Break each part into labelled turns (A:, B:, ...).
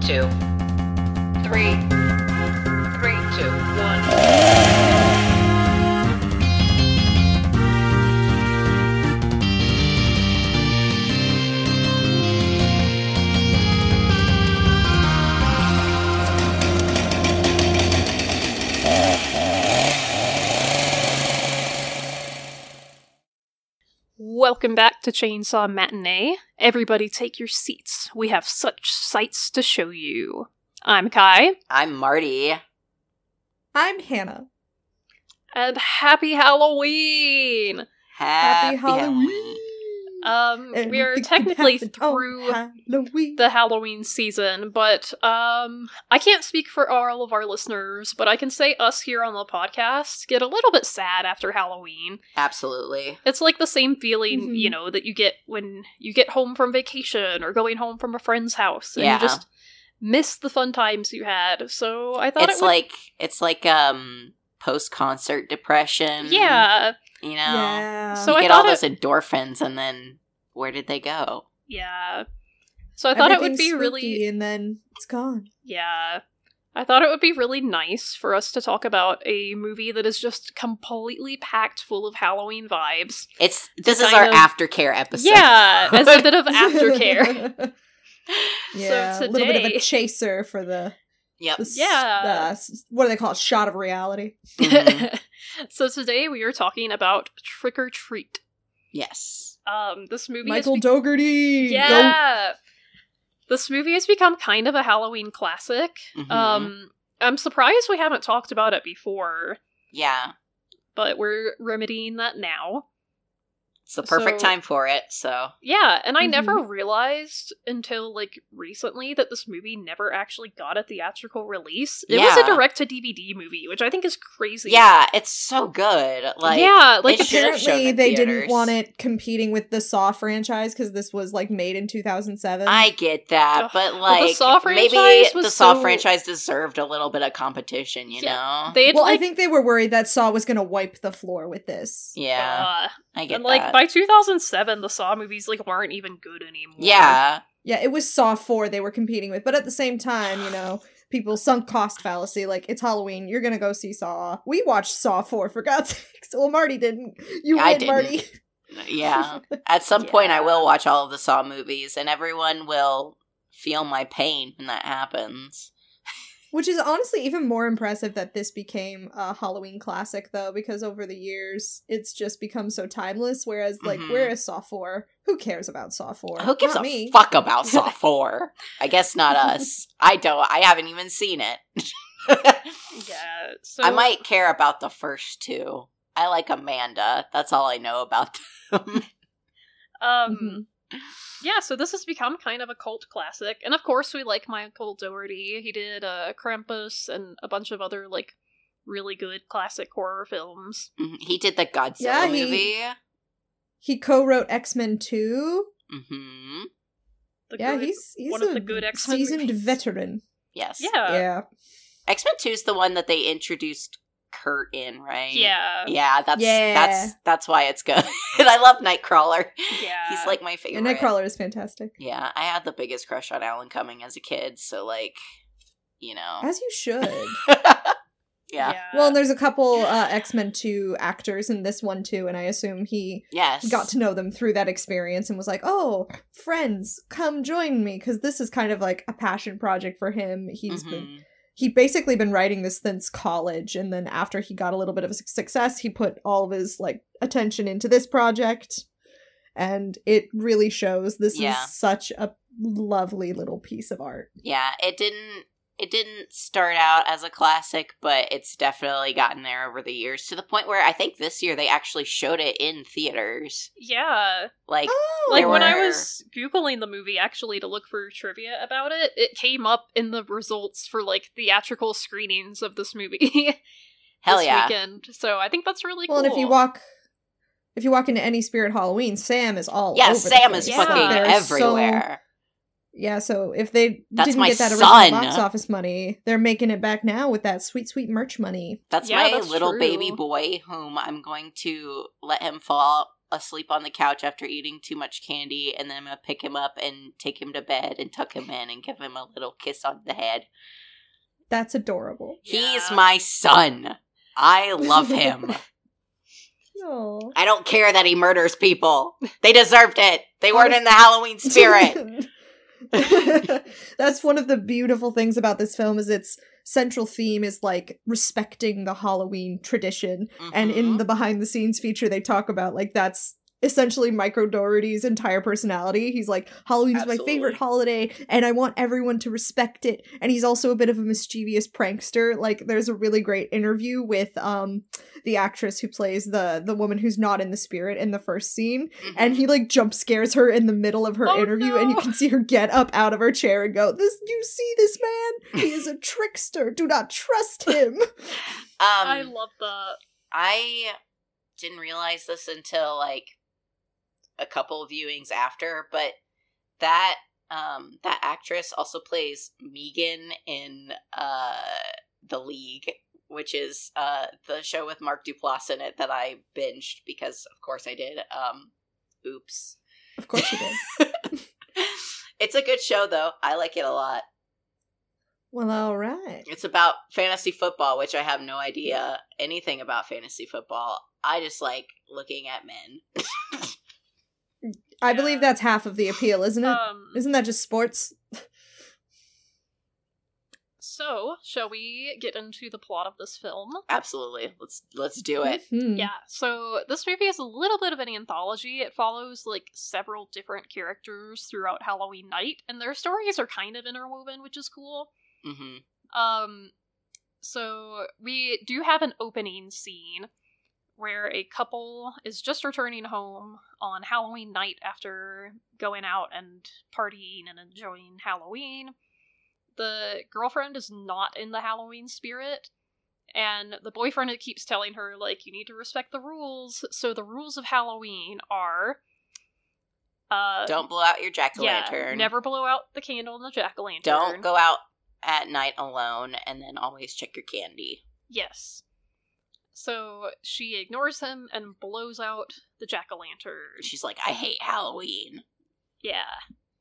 A: two, three, three, two, one.
B: Welcome back to Chainsaw Matinee. Everybody take your seats. We have such sights to show you. I'm Kai,
C: I'm Marty.
D: I'm Hannah.
B: and happy Halloween!
C: Happy,
D: Happy, Halloween.
B: Um, we are
D: Everything
B: technically
D: happened on
B: through
D: Halloween.
B: the Halloween season, but um, I can't speak for all of our listeners, but I can say us here on the podcast get a little bit sad after Halloween.
C: Absolutely.
B: It's like the same feeling,
D: Mhm.
B: you know, that you get when you get home from vacation or going home from a friend's house and
C: Yeah.
B: you just miss the fun times you had. So I thought
C: it's
B: it would,
C: like it's like um post concert depression.
D: mm,
B: yeah,
C: You know.
D: yeah.
B: So
C: You
B: I
C: get all
B: thought it-
C: those endorphins and then where did they go?
B: yeah. So I thought it would be
D: Everything's
B: really
D: spooky and then it's gone.
B: Yeah. I thought it would be really nice for us to talk about a movie that is just completely packed full of Halloween vibes.
C: It's this is
B: Kind
C: our
B: of-
C: aftercare episode.
B: Yeah, as a bit of aftercare.
D: yeah,
B: So
D: a little bit of
B: today-
D: a chaser for the,
C: Yep.
D: the s-
B: Yeah.
D: the s- what do they call it? Shot of reality. Mm-hmm.
C: Mhm.
B: so today we are talking about Trick or Treat.
C: yes.
B: Um, this movie
D: Michael
B: is
D: Dougherty.
B: yeah. This movie has become kind of a Halloween classic.
D: Mm-hmm.
C: Mhm.
B: Um, I'm surprised we haven't talked about it before,
C: yeah.
B: but we're remedying that now.
C: It's the perfect
B: so-
C: time for it. So
B: Yeah, and I
D: Mhm.
B: never realized until like recently that this movie never actually got a theatrical release. It was
C: Yeah.
B: a direct to DVD movie, which I think is crazy.
C: yeah, it's so good. Like
B: yeah, like
C: they
B: apparently,
C: should have shown
D: Apparently,
C: in
D: they
C: theaters.
D: didn't want it competing with the Saw franchise because this was like made in 2007.
C: I get that,
B: um, Ugh.
C: but
B: Well,
C: like
B: the Saw
C: maybe
B: franchise was
C: the Saw
B: so-
C: franchise deserved a little bit of competition, you
B: Yeah,
C: know?
B: they had
D: well,
B: like
D: I think they were worried that Saw was going to wipe the floor with this.
C: yeah,
B: uh,
C: I get
B: and like
C: that.
B: by 2007, the Saw movies like weren't even good anymore.
C: yeah,
D: Yeah, it was Saw 4 they were competing with, but at the same time, you know, people sunk cost fallacy. Like, it's Halloween, you're gonna go see Saw. We watched Saw 4, for God's sakes. Well, Marty didn't. You
C: I
D: win,
C: didn't.
D: Marty.
C: yeah. At some point, I
B: Yeah.
C: will watch all of the Saw movies, and everyone will feel my pain when that happens.
D: Which is honestly even more impressive that this became a Halloween classic, though, because over the years, it's just become so timeless. Whereas, like,
C: Mhm.
D: where is Saw 4? Who cares about Saw 4?
C: Who gives
D: Not
C: a
D: me.
C: fuck about Saw Four? I guess not us. I don't. I haven't even seen it.
B: yeah. So
C: I might care about the first two. I like Amanda. That's all I know about them.
B: um.
D: Mhm.
C: Mm-hmm.
B: Yeah, so this has become kind of a cult classic. And of course, we like Michael Dougherty. He did uh, Krampus and a bunch of other, like, really good classic horror films.
C: Mhm. he did the Godzilla
D: Yeah, he-
C: movie.
D: He co wrote X Men 2.
C: hmm
B: The
D: yeah,
B: good-
D: he's, he's
B: one
D: a
B: of the good X-Men
D: seasoned
B: movies.
D: veteran.
C: Yes.
B: Yeah.
D: yeah.
C: X Men Two is the one that they introduced Kurt in, right?
B: Yeah. Yeah.
C: Yeah, that's
D: Yeah.
C: that's that's why it's good. I love Nightcrawler. He's like my
D: Yeah,
C: favorite.
D: Nightcrawler is fantastic.
C: Yeah, I had the biggest crush on Alan Cumming as a kid, so like, you know.
D: As you should.
C: yeah.
D: well,
B: Um,
D: and there's a couple uh, X Men 2 actors in this one too, and I assume he
C: Yes.
D: got to know them through that experience and was like, oh, friends, come join me. Because this is kind of like a passion project for him. He's been,
C: Mhm.
D: he basically been writing this since college. And then after he got a little bit of success, he put all of his like attention into this project. And it really shows this
C: Yeah.
D: is such a lovely little piece of art.
C: Yeah, it didn't it didn't start out as a classic, but it's definitely gotten there over the years to the point where I think this year they actually showed it in theaters.
B: yeah.
C: Like
D: oh,
B: Like
C: There
B: when I
C: were-
B: was Googling the movie actually to look for trivia about it, it came up in the results for like theatrical screenings of this movie
C: hell
B: this
C: yeah.
B: weekend. So I think that's really
D: Well,
B: cool.
D: and if you walk, if you walk into any Spirit Halloween, Sam is all
C: Yeah,
D: over the
C: Sam is
D: place.
B: Yeah.
C: fucking
D: There's So,
C: everywhere.
D: yeah, so if they
C: That's
D: didn't
C: my
D: get that
C: son.
D: original box office money, they're making it back now with that sweet, sweet merch money.
C: That's
B: Yeah,
C: my
B: that's
C: little
B: true.
C: baby boy whom I'm going to let him fall asleep on the couch after eating too much candy, and then I'm gonna pick him up and take him to bed and tuck him in and give him a little kiss on the head.
D: That's adorable.
C: He's
B: Yeah.
C: my son. I love him.
D: Aw.
C: I don't care that he murders people. They deserved it. They weren't in the Halloween spirit.
D: That's one of the beautiful things about this film is its central theme is like respecting the Halloween tradition. and in
B: Mm-hmm.
D: the behind the scenes feature they talk about like that's essentially micro doherty's entire personality he's like halloween's my
C: Absolutely.
D: favorite holiday and i want everyone to respect it and he's also a bit of a mischievous prankster like there's a really great interview with um the actress who plays the the woman who's not in the spirit in the first scene
C: Mhm.
D: and he like jump scares her in the middle of her
B: Oh,
D: interview and you
B: no.
D: can see her get up out of her chair and go this you see this man he is a trickster do not trust him
C: um,
B: I love that.
C: I didn't realize this until like a couple viewings after, but that um that actress also plays Megan in uh The League, which is uh the show with Mark Duplass in it that I binged because of course I did. Um oops.
D: of course she did
C: it's a good show though. I like it a lot.
D: Well, all right.
C: It's about fantasy football, which I have no idea anything about fantasy football. I just like looking at men.
D: I believe that's half of the appeal, isn't it?
B: Um,
D: not that just sports?
B: so, shall we get into the plot of this film?
C: Absolutely. Let's let's do it.
D: Mhm.
B: Yeah, so this movie is a little bit of an anthology. It follows like several different characters throughout Halloween night, and their stories are kind of interwoven, which is cool.
C: hmm
B: Um, so we do have an opening scene where a couple is just returning home on Halloween night after going out and partying and enjoying Halloween. The girlfriend is not in the Halloween spirit, and the boyfriend keeps telling her, like, you need to respect the rules. So the rules of Halloween are uh
C: Don't blow out your jack o'
B: yeah,
C: lantern.
B: never blow out the candle in the jack-o'-lantern.
C: Don't go out at night alone, and then always check your candy.
B: Yes. So she ignores him and blows out the jack o' lantern.
C: She's like, I hate Halloween.
B: Yeah.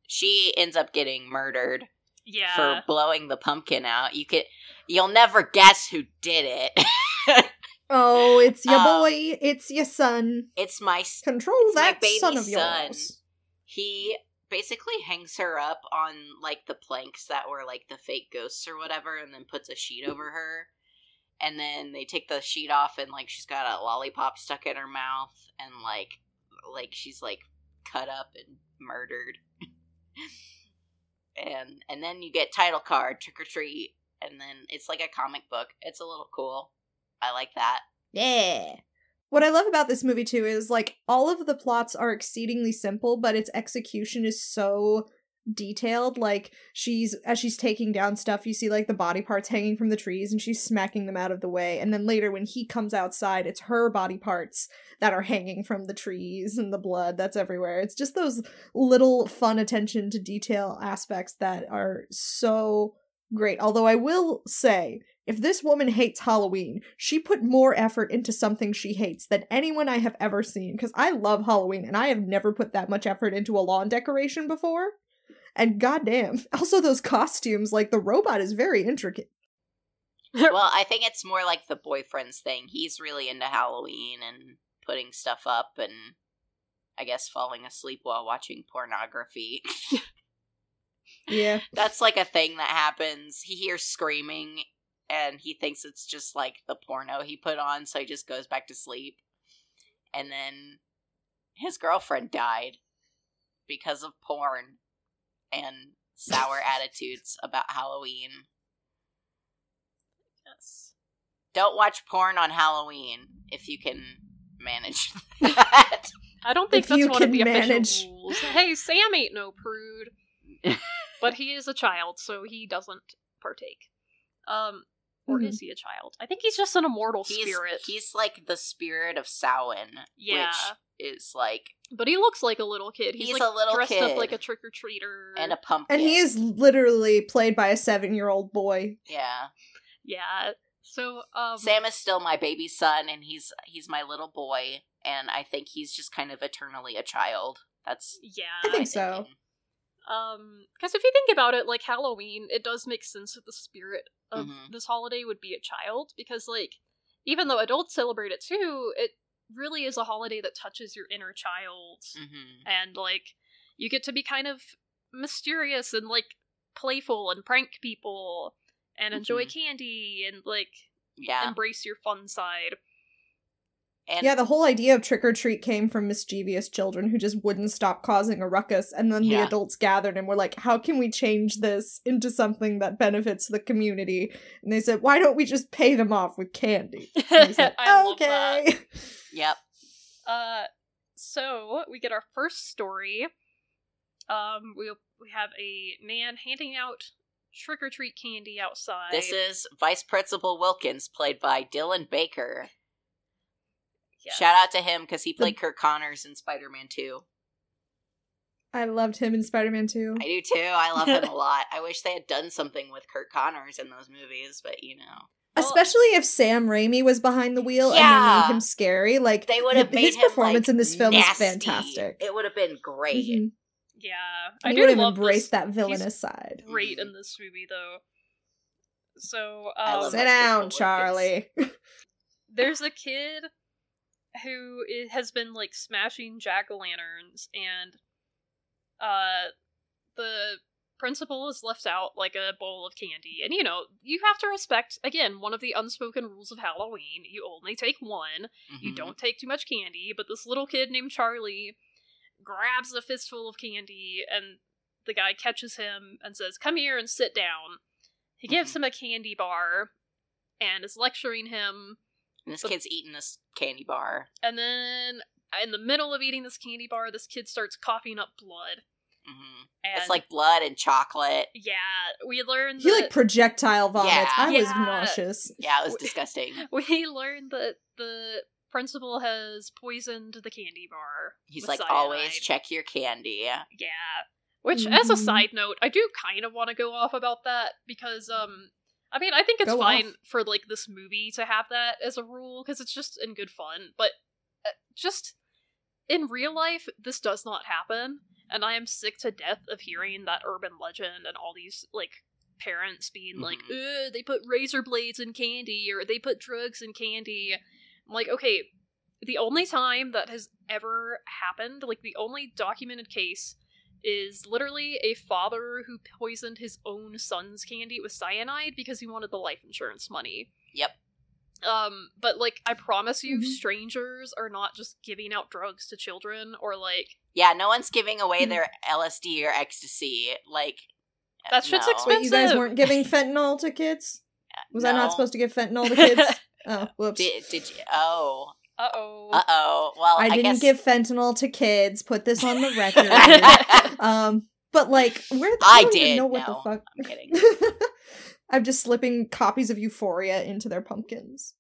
C: She ends up getting murdered
B: Yeah.
C: for blowing the pumpkin out. You could, you'll never guess who did it.
D: Oh, it's your
C: Um,
D: boy. It's your son.
C: it's my s-
D: Control
C: it's my
D: that
C: baby
D: son of
C: son.
D: yours.
C: he basically hangs her up on like the planks that were like the fake ghosts or whatever and then puts a sheet over her and then they take the sheet off and like she's got a lollipop stuck in her mouth and like like she's like cut up and murdered and and then you get title card trick or treat and then it's like a comic book it's a little cool i like that
D: Yeah. What I love about this movie too is like all of the plots are exceedingly simple, but its execution is so detailed. Like she's as she's taking down stuff, you see like the body parts hanging from the trees and she's smacking them out of the way. And then later when he comes outside, it's her body parts that are hanging from the trees and the blood that's everywhere. It's just those little fun attention to detail aspects that are so great. Although I will say if this woman hates Halloween, she put more effort into something she hates than anyone I have ever seen. Because I love Halloween and I have never put that much effort into a lawn decoration before. And goddamn. Also, those costumes, like the robot is very intricate.
C: well, I think it's more like the boyfriend's thing. He's really into Halloween and putting stuff up and I guess falling asleep while watching pornography.
D: Yeah.
C: That's like a thing that happens. He hears screaming and he thinks it's just like the porno he put on, so he just goes back to sleep. And then his girlfriend died because of porn and sour attitudes about Halloween.
B: Yes.
C: Don't watch porn on Halloween if you can manage that.
B: I don't think
D: If
B: that's
D: you
B: one of
D: can
B: the
D: manage.
B: official rules. Hey, Sam ain't no prude. but he is a child, so he doesn't partake. Um or
D: Mhm.
B: is he a child? I think he's just an immortal
C: he's,
B: spirit.
C: he's like the spirit of Samhain,
B: Yeah.
C: which is like
B: But he looks like a little kid. He's,
C: He's
B: like
C: a little
B: dressed
C: kid.
B: up like a trick or treater.
C: Mm. and a pumpkin.
D: And he is literally played by a seven year old boy.
C: yeah.
B: Yeah. So, um,
C: Sam is still my baby son, and he's he's my little boy, and I think he's just kind of eternally a child. That's
B: yeah,
D: I think
C: my
D: so.
C: thinking.
B: Um, because if you think about it, like Halloween, it does make sense that the spirit of
C: Mhm.
B: this holiday would be a child, because like, even though adults celebrate it too, it really is a holiday that touches your inner child,
C: Mhm.
B: and like, you get to be kind of mysterious and like playful and prank people and enjoy
C: Mhm.
B: candy and like
C: Yeah,
B: embrace your fun side.
C: and
D: yeah, the whole idea of trick or treat came from mischievous children who just wouldn't stop causing a ruckus, and then
C: Yeah.
D: the adults gathered and were like, "How can we change this into something that benefits the community?" And they said, "Why don't we just pay them off with candy?" And they said,
B: I love that.
D: okay.
C: yep,
B: Uh, so we get our first story. Um, we we have a man handing out trick or treat candy outside.
C: this is Vice Principal Wilkins, played by Dylan Baker.
B: Yes.
C: Shout out to him because he played Kirk Connors in Spider Man Two.
D: I loved him in Spider Man 2.
C: I do too. I love him a lot. I wish they had done something with Kirk Connors in those movies, but you know,
B: Well-
D: Especially if Sam Raimi was behind the wheel and
C: Yeah.
D: they made him scary. Like
C: they would have
D: hi-
C: made
D: his
C: him, like,
D: performance in this film
C: nasty.
D: is fantastic.
C: It would have been great.
D: Mhm.
B: Yeah, I
D: And he
B: do
D: would have
B: love
D: embraced
B: this
D: that villainous side.
B: great in this movie though. So
C: I love
B: um,
D: Sit
C: Vice
D: down,
C: Principal Wilkins.
D: Charlie.
B: there's a kid who i- has been like smashing jack o' lanterns, and uh, the principal has left out like a bowl of candy. And you know, you have to respect again one of the unspoken rules of Halloween: you only take one, you
C: Mhm.
B: don't take too much candy. But this little kid named Charlie grabs a fistful of candy, and the guy catches him and says, Come here and sit down. He gives
C: Mhm.
B: him a candy bar and is lecturing him
C: And this kid's eating this candy bar.
B: and then uh, in the middle of eating this candy bar, this kid starts coughing up blood.
C: hmm
B: And
C: It's like blood and chocolate.
B: yeah, we learned
D: He
B: that
D: like projectile vomits.
C: Yeah.
D: I was
B: Yeah.
D: nauseous.
C: Yeah, it was disgusting.
B: we learned that the principal has poisoned the candy bar.
C: He's
B: with
C: like,
B: cyanide.
C: always check your candy.
B: yeah. Which, as a
D: Mhm.
B: side note, I do kind of want to go off about that because, um, I mean, I think it's
D: Go
B: fine
D: off.
B: for like this movie to have that as a rule because it's just in good fun. But uh, just in real life, this does not happen, and I am sick to death of hearing that urban legend and all these like parents being like,
D: Mm-hmm.
B: "Ugh, they put razor blades in candy or they put drugs in candy." I'm like, okay, the only time that has ever happened, like the only documented case is literally a father who poisoned his own son's candy with cyanide because he wanted the life insurance money.
C: Yep.
B: Um, but like I promise you,
D: Mhm.
B: strangers are not just giving out drugs to children or like
C: Yeah, no one's giving away
B: Mm-hmm.
D: Mhm.
C: their LSD or ecstasy. Like, uh,
B: That shit's
C: no. Uh,
B: expensive.
D: Wait, you guys weren't giving fentanyl to kids? Was I
C: No.
D: not supposed to give fentanyl to kids? oh, whoops.
C: Did, did you? Oh,
B: uh oh.
C: uh oh. Well, I,
D: I didn't
C: guess
D: give fentanyl to kids. Put this on the record. um, but like, where the,
C: I
D: don't even
C: did,
D: know what
C: no.
D: the fuck.
C: I'm kidding.
D: I'm just slipping copies of Euphoria into their pumpkins.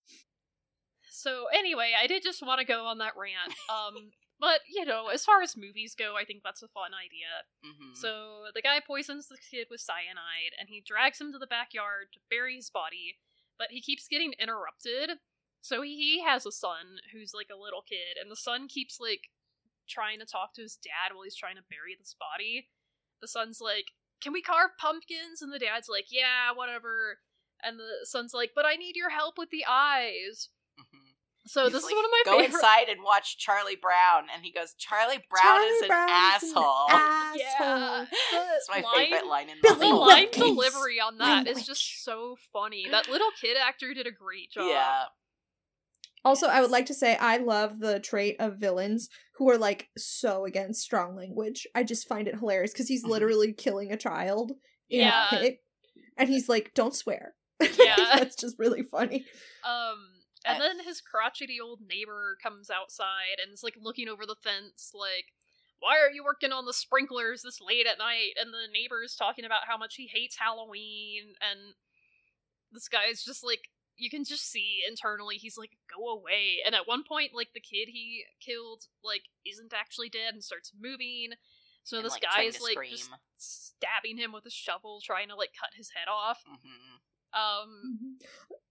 B: So anyway, I did just want to go on that rant. Um but you know, as far as movies go, I think that's a fun idea.
C: Mhm.
B: So the guy poisons the kid with cyanide and he drags him to the backyard to bury his body, but he keeps getting interrupted. So he has a son who's like a little kid, and the son keeps like trying to talk to his dad while he's trying to bury this body. The son's like, Can we carve pumpkins? And the dad's like, Yeah, whatever. And the son's like, But I need your help with the eyes.
C: Mhm.
B: So
C: He's
B: this
C: like,
B: is one of my
C: Go
B: favorite.
C: inside and watch Charlie Brown, and he goes, "Charlie Brown
D: Charlie
C: is an
D: Brown is an
C: asshole."
B: Yeah.
D: asshole.
C: That's my favorite line in the
D: Billy
B: The
C: whole
B: line
D: Wilkins.
B: delivery on that is
D: Language.
B: just so funny. That little kid actor did a great job.
C: Yeah.
D: Also, I would like to say I love the trait of villains who are like so against strong language. I just find it hilarious because he's
C: Mhm.
D: literally killing a child in
B: Yeah.
D: a pit, and he's like, "Don't swear."
B: Yeah.
D: that's just really funny.
B: Um, and
C: I-
B: then his crotchety old neighbor comes outside and is like looking over the fence, like, "Why are you working on the sprinklers this late at night?" And the neighbor is talking about how much he hates Halloween, and this guy is just like, you can just see internally he's like, "Go away!" And at one point, like the kid he killed, like, isn't actually dead and starts moving. So
C: And,
B: this
C: like,
B: guy
C: trying
B: is
C: to
B: like
C: scream.
B: just stabbing him with a shovel, trying to like cut his head off.
C: Mhm.
B: Um,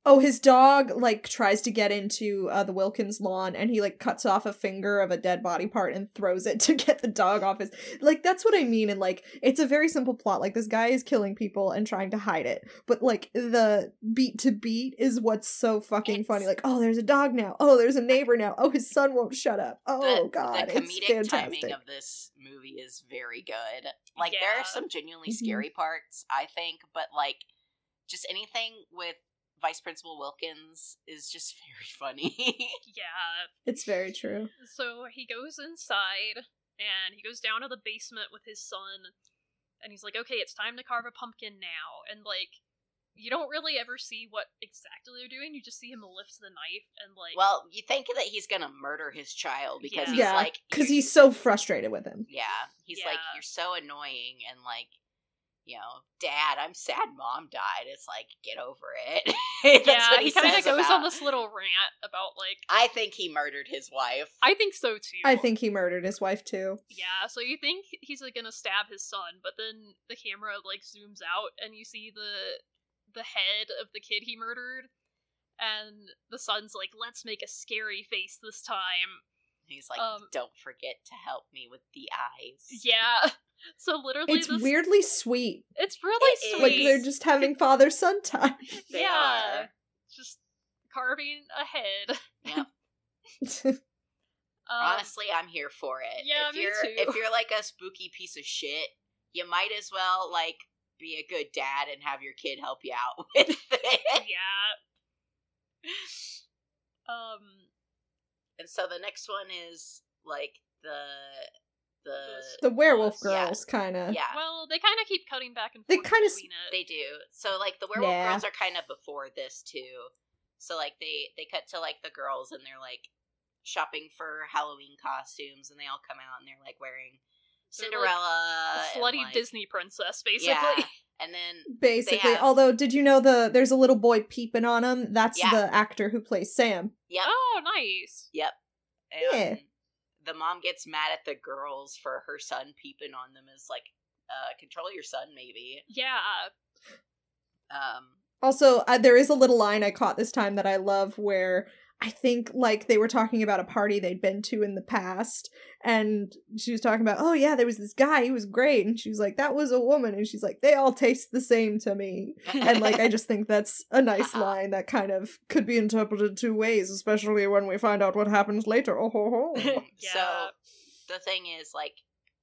D: Oh, his dog like tries to get into uh, the Wilkins lawn, and he like cuts off a finger of a dead body part and throws it to get the dog off his. Like that's what I mean, and like it's a very simple plot. Like this guy is killing people and trying to hide it, but like the beat to beat is what's so fucking
C: It's-
D: funny. Like oh, there's a dog now. Oh, there's a neighbor now. Oh, his son won't shut up. Oh
C: the,
D: god,
C: the
D: it's
C: comedic
D: fantastic.
C: timing of this movie is very good. Like there
B: Yeah.
C: are some genuinely
D: Mhm.
C: scary parts, I think, but like just anything with Vice Principal Wilkins is just very funny.
B: yeah.
D: it's very true.
B: So he goes inside and he goes down to the basement with his son and he's like, "Okay, it's time to carve a pumpkin now." And like you don't really ever see what exactly they're doing. You just see him lift the knife and like
C: well, you think that he's gonna murder his child because
B: Yeah.
C: he's
D: yeah,
C: like
D: because he's so frustrated with him.
C: Yeah. He's like,
B: Yeah.
C: You're so annoying and like you know, Dad, I'm sad mom died. It's like, get over it. That's
B: yeah,
C: what
B: he, kind of
C: says
B: goes
C: about-
B: on this little rant about like
C: I think he murdered his wife.
B: I think so too.
D: I think he murdered his wife too.
B: Yeah, so you think he's like gonna stab his son, but then the camera like zooms out and you see the the head of the kid he murdered, and the son's like, "Let's make a scary face this time."
C: He's like,
B: Um,
C: don't forget to help me with the eyes.
B: Yeah, so literally,
D: It's
B: this,
D: weirdly sweet.
B: It's really
C: It is.
D: Like
B: sweet.
D: they're just having father son time.
C: They
B: yeah,
C: are.
B: just carving a head. Um,
C: Honestly, I'm here for it.
B: yeah,
C: if
B: me
C: you're
B: too.
C: if you're like a spooky piece of shit, you might as well like be a good dad and have your kid help you out with it.
B: yeah. Um,
C: and so the next one is like the the
D: the werewolf
B: Yeah.
D: girls kind of.
C: yeah
B: well, they kind of keep cutting back and
D: They
B: forth
D: kinda s-
B: between it.
C: they do. So like the werewolf
D: Nah.
C: girls are kind of before this too. So like they they cut to like the girls and they're like shopping for Halloween costumes and they all come out and they're like wearing
B: They're, like,
C: Cinderella,
B: a
C: uh, and,
B: slutty
C: like-
B: Disney princess, basically.
C: Yeah. and then
D: Basically,
C: have-
D: although did you know the there's a little boy peeping on him? That's
C: Yeah.
D: the actor who plays Sam.
C: yep,
B: Oh, nice.
C: and the mom gets mad at the girls for her son peeping on them as like, uh, control your son, maybe.
B: Yeah.
C: Um,
D: Also, uh, there is a little line I caught this time that I love where I think like they were talking about a party they'd been to in the past and she was talking about, "Oh yeah, there was this guy, he was great." And she was like, "That was a woman." And she's like, "They all taste the same to me." and like i just think that's a nice
C: Uh-uh.
D: line that kind of could be interpreted two ways especially when we find out what happens later oh ho ho
C: so
B: Yeah.
C: the thing is like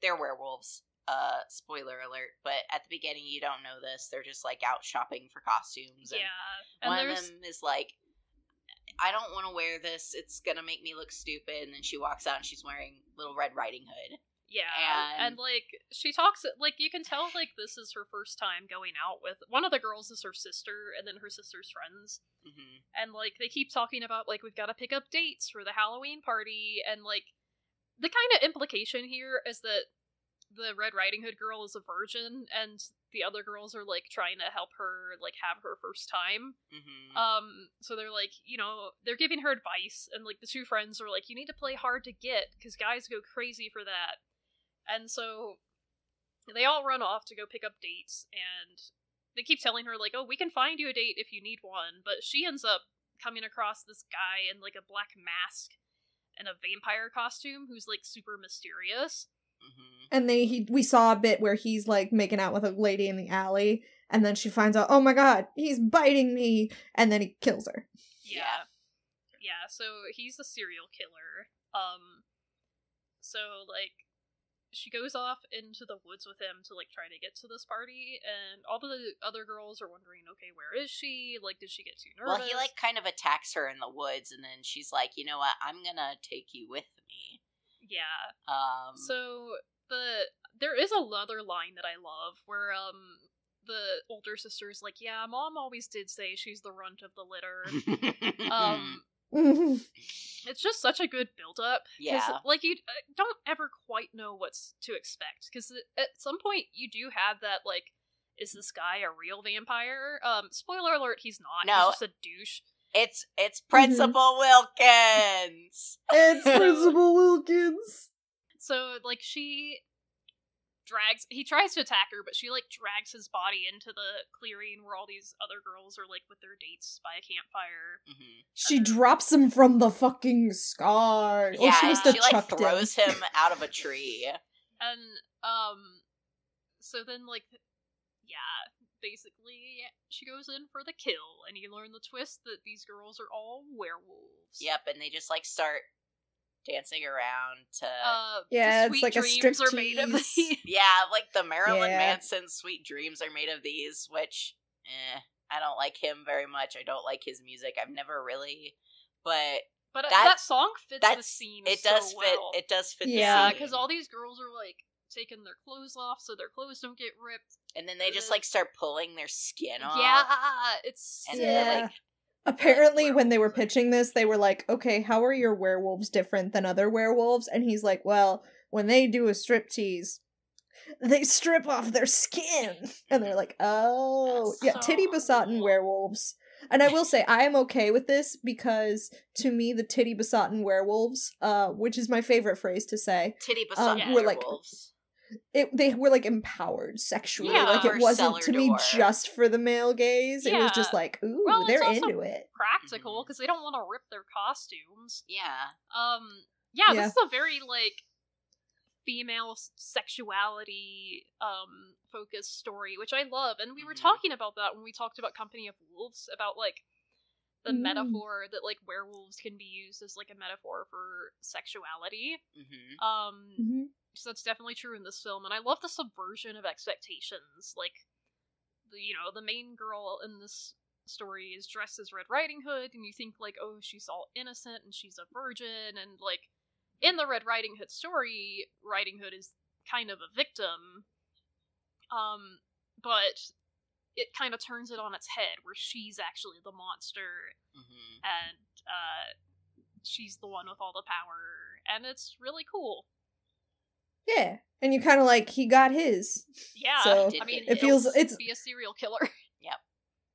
C: they're werewolves uh spoiler alert but at the beginning you don't know this they're just like out shopping for costumes and
B: Yeah. And
C: one
B: there's
C: of them is like i don't want to wear this it's gonna make me look stupid and then she walks out and she's wearing little red riding hood
B: yeah.
C: and-
B: And, like she talks like you can tell like this is her first time going out with one of the girls is her sister and then her sister's friends.
C: hmm
B: And like they keep talking about like we've got to pick up dates for the Halloween party and like the kind of implication here is that the Red Riding Hood girl is a virgin and the other girls are like trying to help her like have her first time.
C: hmm
B: Um, so they're like, you know, they're giving her advice, and like the two friends are like, you need to play hard to get because guys go crazy for that. And so they all run off to go pick up dates, and they keep telling her, like, oh, we can find you a date if you need one. But she ends up coming across this guy in like a black mask and a vampire costume who's like super mysterious.
C: hmm
D: and they he, we saw a bit where he's like making out with a lady in the alley and then she finds out oh my god he's biting me and then he kills her
C: Yeah.
B: Yeah, so he's a serial killer. Um so like she goes off into the woods with him to like try to get to this party and all the other girls are wondering, okay, where is she? Like did she get too nervous?
C: well he like kind of attacks her in the woods and then she's like you know what i'm gonna take you with me
B: Yeah.
C: um
B: So the there is another line that I love where um the older sister's like, Yeah, mom always did say she's the runt of the litter. um
D: Mhm.
B: it's just such a good build up Because,
C: yeah
B: like you uh, don't ever quite know what's to expect because at some point you do have that like, is this guy a real vampire? Um, spoiler alert, he's not.
C: No.
B: he's just a douche.
C: it's it's
B: Mm-hmm.
C: principal wilkins
D: it's principal wilkins
B: So like she drags he tries to attack her, but she like drags his body into the clearing where all these other girls are like with their dates by a campfire.
C: Mhm.
D: She drops him from the fucking sky.
C: Yeah,
D: or oh, she
C: and
D: must have
C: she like
D: chucked
C: throws
D: him.
C: him out of a tree.
B: And um so then like yeah, basically she goes in for the kill and you learn the twist that these girls are all werewolves.
C: Yep, and they just like start dancing around to
B: Uh, the
D: Yeah, it's
B: sweet
D: like a
B: dreams are made of
D: striptease.
B: these.
C: yeah, like the Marilyn
D: Yeah.
C: Manson "Sweet Dreams" are made of these, which eh, I don't like him very much. I don't like his music. I've never really, but
B: But uh,
C: That-
B: that song fits the
C: that's-
B: scene.
C: it
B: so
C: does fit.
B: well.
C: It does fit.
D: Yeah,
B: Yeah,
C: the
B: because
C: scene.
B: all these girls are like taking their clothes off so their clothes don't get ripped.
C: and then they just
B: the-
C: like start pulling their skin off.
B: Yeah, it's
C: and
D: Yeah.
C: they're like
D: Apparently, when they were
C: werewolves.
D: pitching this, they were like, okay, how are your werewolves different than other werewolves? And he's like, well, when they do a striptease, they strip off their skin. And they're like, oh,
C: That's
D: yeah,
B: so
D: titty besotten
B: cool.
D: werewolves. And I will say, I am okay with this because to me, the titty besotten werewolves, uh, which is my favorite phrase to say,
C: titty beside
B: yeah.
D: Uh, we're like-
C: werewolves.
D: it they were like empowered sexually.
B: Yeah.
D: like it
B: Or
D: wasn't to
C: cellar
D: me
C: door.
D: just for the male gaze. It was
B: Yeah.
D: just like, ooh,
B: Well, it's
D: they're
B: also-
D: into it.
B: practical
C: Mhm.
B: because they don't want to rip their costumes.
C: yeah,
B: Um, yeah,
D: Yeah.
B: this is a very like female s- sexuality um focused story, which I love. And we were
D: Mm-hmm.
C: Mhm.
B: talking about that when we talked about Company of Wolves about like the
D: Mm.
B: metaphor that like werewolves can be used as like a metaphor for sexuality.
C: hmm
B: Um,
D: Mhm.
B: So that's definitely true in this film, and I love the subversion of expectations. Like, the, you know, the main girl in this story is dressed as Red Riding Hood, and you think like, oh, she's all innocent and she's a virgin, and like, in the Red Riding Hood story, Riding Hood is kind of a victim. Um, but it kind of turns it on its head, where she's actually the monster
C: hmm
B: and uh, she's the one with all the power, and it's really cool.
D: Yeah. And you're kind of like, he got his.
B: Yeah,
D: So,
B: I mean,
C: it
D: feels-
B: it'll
D: it's-
B: be a serial killer.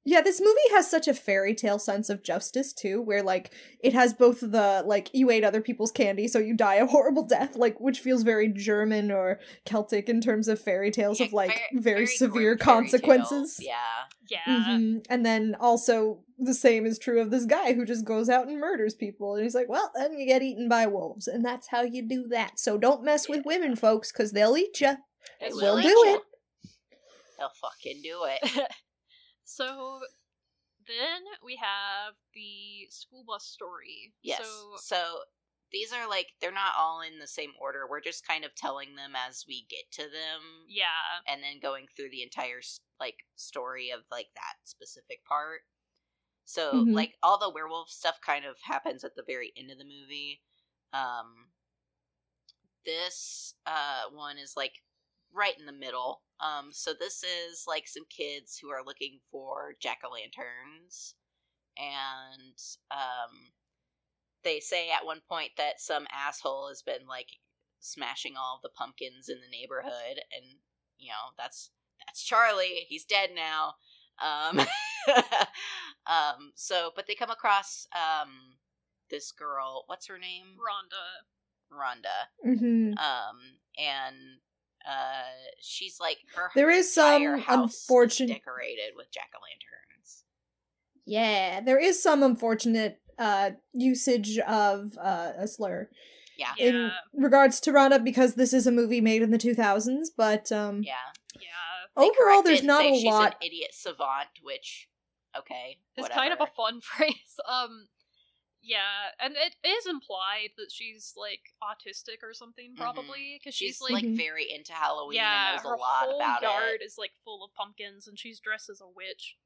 D: Yeah, this movie has such a fairy tale sense of justice too, where like it has both the like you ate other people's candy, so you die a horrible death, like which feels very German or Celtic in terms of fairy tales of like very, severe consequences.
C: Yeah,
B: yeah,
C: Mm-hmm.
D: Mhm. And then also the same is true of this guy who just goes out and murders people, and he's like, "Well, then you get eaten by wolves, and that's how you do that. So don't mess with women, folks, because they'll eat you.
C: They
D: We'll
C: will
D: do
C: eat ya.
D: it."
C: They'll fucking do it.
B: so then we have the school bus story.
C: Yes.
B: So,
C: So, these are like they're not all in the same order. We're just kind of telling them as we get to them,
B: yeah,
C: and then going through the entire s- like story of like that specific part. So
D: Mhm.
C: like all the werewolf stuff kind of happens at the very end of the movie. Um, this uh one is like right in the middle. Um, so this is like some kids who are looking for jack o' lanterns, and um, they say at one point that some asshole has been like smashing all of the pumpkins in the neighborhood, and you know that's that's Charlie. He's dead now. Um, um, so but they come across um this girl. What's her name?
B: Rhonda.
C: Rhonda
D: Mm-hmm.
C: um and uh she's like her
D: There is
C: entire
D: some
C: house is
D: unfortunate
C: decorated with jack-o'-lanterns
D: Yeah, there is some unfortunate uh usage of uh, a slur
C: yeah
B: Yeah.
D: in regards to Rhonda because this is a movie made in the 2000s, but um
C: yeah
B: Yeah,
C: They
D: overall
C: correct it
D: there's
C: and
D: not
C: say
D: a
C: she's
D: lot.
C: an idiot savant which okay
B: it's
C: whatever.
B: kind of a fun phrase. Um, yeah, and it is implied that she's like autistic or something, probably because
C: Mm-hmm. she's,
B: like
C: like
D: Mhm.
C: very into halloween
B: Mm-hmm. yeah,
C: and knows
B: her
C: a lot
B: whole
C: about
B: yard
C: it
B: is like full of pumpkins, and she's dressed as a witch.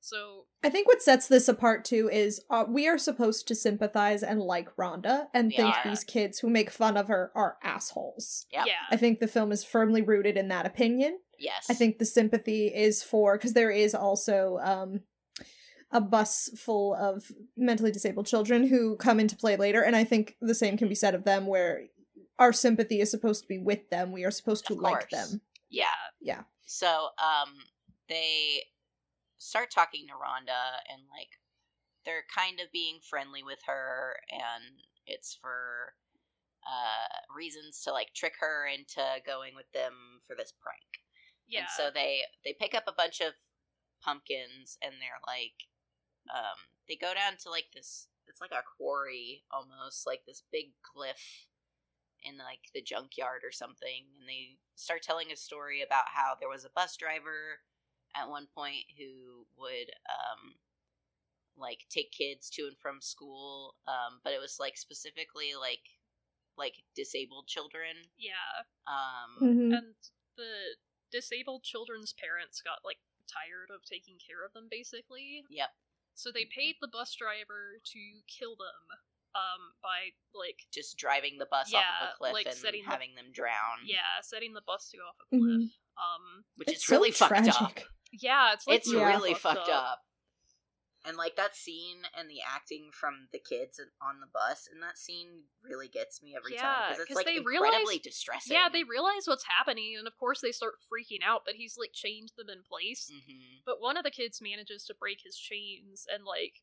B: So
D: I think what sets this apart too is uh, we are supposed to sympathize and like Rhonda and
C: We
D: think
C: are.
D: these kids who make fun of her are assholes.
C: Yep.
D: I
B: yeah,
D: think the film is firmly rooted in that opinion.
C: yes
D: I think the sympathy is for because there is also um, a bus full of mentally disabled children who come into play later, and I think the same can be said of them, where our sympathy is supposed to be with them. We are supposed to
C: Of
D: like
C: course.
D: them.
C: yeah
D: Yeah.
C: So um they start talking to Rhonda and like they're kind of being friendly with her and it's for uh, reasons to like trick her into going with them for this prank.
B: Yeah.
C: And so they they pick up a bunch of pumpkins and they're like um they go down to like this it's like a quarry almost like this big cliff in like the junkyard or something and they start telling a story about how there was a bus driver at one point who would um like take kids to and from school um but it was like specifically like like disabled children
B: yeah.
C: um
D: Mhm.
B: And the disabled children's parents got like tired of taking care of them basically.
C: Yep.
B: So they paid the bus driver to kill them um by like
C: just driving the bus off of
B: Yeah,
C: a cliff
B: like
C: and
B: setting the-
C: having them drown
B: yeah, setting the bus to go off a
D: Mhm.
C: Mm-hmm.
B: cliff. Um
C: which is really fucked up
B: yeah, it's like
C: it's
D: Yeah.
C: really fucked up. And like that scene and the acting from the kids and- on the bus, and that scene really gets me every time
B: Yeah,
C: because it's
B: 'cause
C: like
B: they
C: incredibly
B: realize-
C: distressing.
B: Yeah, they realize what's happening and of course they start freaking out, but he's like chained them in place.
C: hmm
B: But one of the kids manages to break his chains and like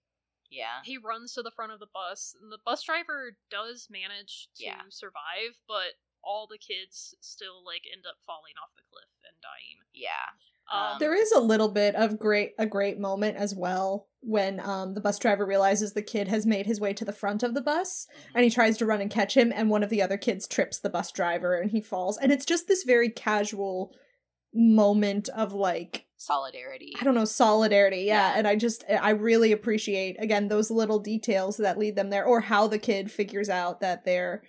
C: Yeah,
B: he runs to the front of the bus and the bus driver does manage to
C: Yeah.
B: survive but all the kids still like end up falling off the cliff and dying
C: yeah,
B: um,
C: Um,
D: There is a little bit of great a great moment as well when um, the bus driver realizes the kid has made his way to the front of the bus and he tries to run and catch him and one of the other kids trips the bus driver and he falls and it's just this very casual moment of like
C: solidarity.
D: I don't know solidarity yeah,
C: Yeah.
D: and I just I really appreciate again those little details that lead them there or how the kid figures out that they're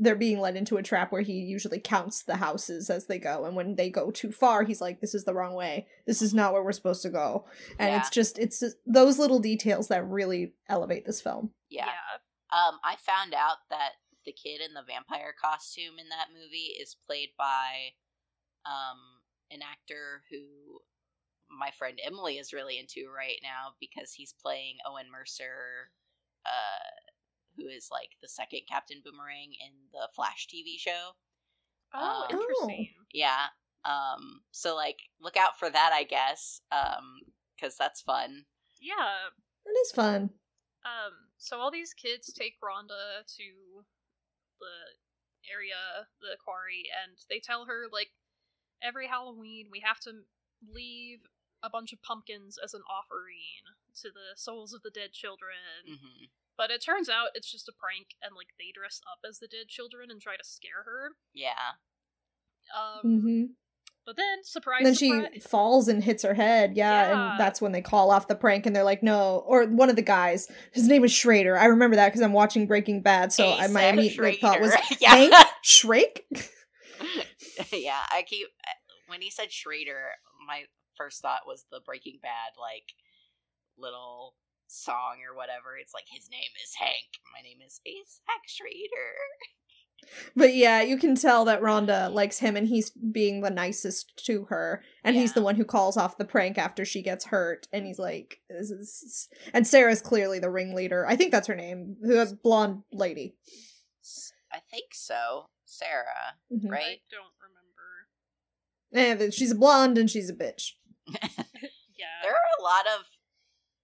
D: they're being led into a trap where he usually counts the houses as they go and when they go too far he's like this is the wrong way this is not where we're supposed to go and
C: Yeah.
D: it's just it's just those little details that really elevate this film
C: yeah. Um, I found out that the kid in the vampire costume in that movie is played by um, an actor who my friend Emily is really into right now because he's playing Owen Mercer, uh, who is like the second Captain Boomerang in the Flash TV show.
B: oh
C: um,
B: interesting
C: Yeah. Um, so like look out for that, I guess, um, because that's fun.
B: yeah
D: it is fun
B: um so all these kids take rhonda to the area the quarry and they tell her like every halloween we have to leave a bunch of pumpkins as an offering to the souls of the dead children
C: hmm
B: But it turns out it's just a prank, and like they dress up as the dead children and try to scare her.
C: Yeah.
B: Um,
D: hmm
B: But then, surprise,
D: And then she
B: surprise,
D: falls and hits her head. Yeah,
B: Yeah.
D: and that's when they call off the prank and they're like, no. Or one of the guys, his name was Schrader. I remember that because I'm watching Breaking Bad, so I, my
C: Asa
D: immediate thought was
C: Schrader.
D: Hank
C: yeah.
D: Shrake.
C: yeah, I keep uh, when he said Schrader, my first thought was the Breaking Bad like little song or whatever. It's like his name is Hank, my name is Isaac Schrader.
D: But yeah, you can tell that Rhonda likes him, and he's being the nicest to her. And he's
C: Yeah.
D: the one who calls off the prank after she gets hurt. And he's like, this is. And Sarah's clearly the ringleader. I think that's her name, the blonde lady.
C: I think so, Sarah.
D: Mhm.
C: Right?
B: I don't remember.
D: Eh, but she's a blonde and she's a bitch.
B: Yeah,
C: There are a lot of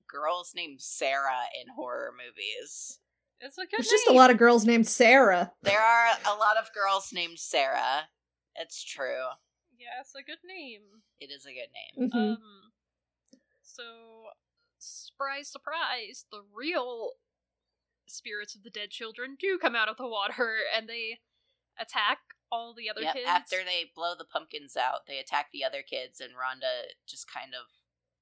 C: girls named Sarah in horror movies.
B: it's a good.
D: There's just a lot of girls named Sarah.
C: There are a lot of girls named Sarah. It's true.
B: Yeah, it's a good name.
C: It is a good name.
D: Mhm.
B: Um, so surprise, surprise, the real spirits of the dead children do come out of the water, and they attack all the other
C: Yep,
B: kids.
C: after they blow the pumpkins out, they attack the other kids, and Rhonda just kind of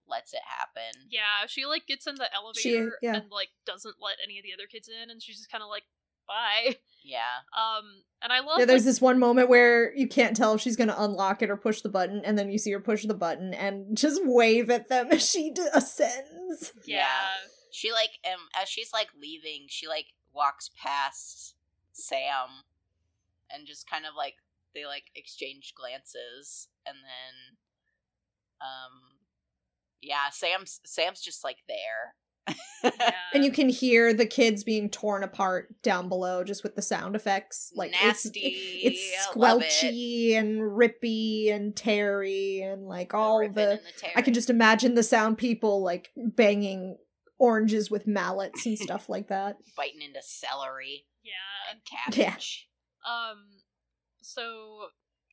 C: lets it happen.
B: Yeah, she like gets in the
D: She-
B: elevator
D: yeah.
B: and like doesn't let any of the other kids in, and she's just kind of like, "Bye."
C: Yeah.
B: Um, and I love
D: Yeah, there's
B: like,
D: this one moment where you can't tell if she's going to unlock it or push the button, and then you see her push the button and just wave at them as she d- ascends.
B: yeah,
C: She like um as she's like leaving, she like walks past Sam and just kind of like they like exchange glances and then um yeah, Sam's Sam's just like there.
B: yeah.
D: And you can hear the kids being torn apart down below just with the sound effects. Like it's-
C: Nasty.
D: It's,
C: I love it.
D: squelchy and rippy and teary and like all
C: ribbon
D: the.
C: and tear.
D: I can just imagine the sound people like banging oranges with mallets and stuff like that.
C: biting into celery
B: yeah.
C: and cabbage.
B: Um, so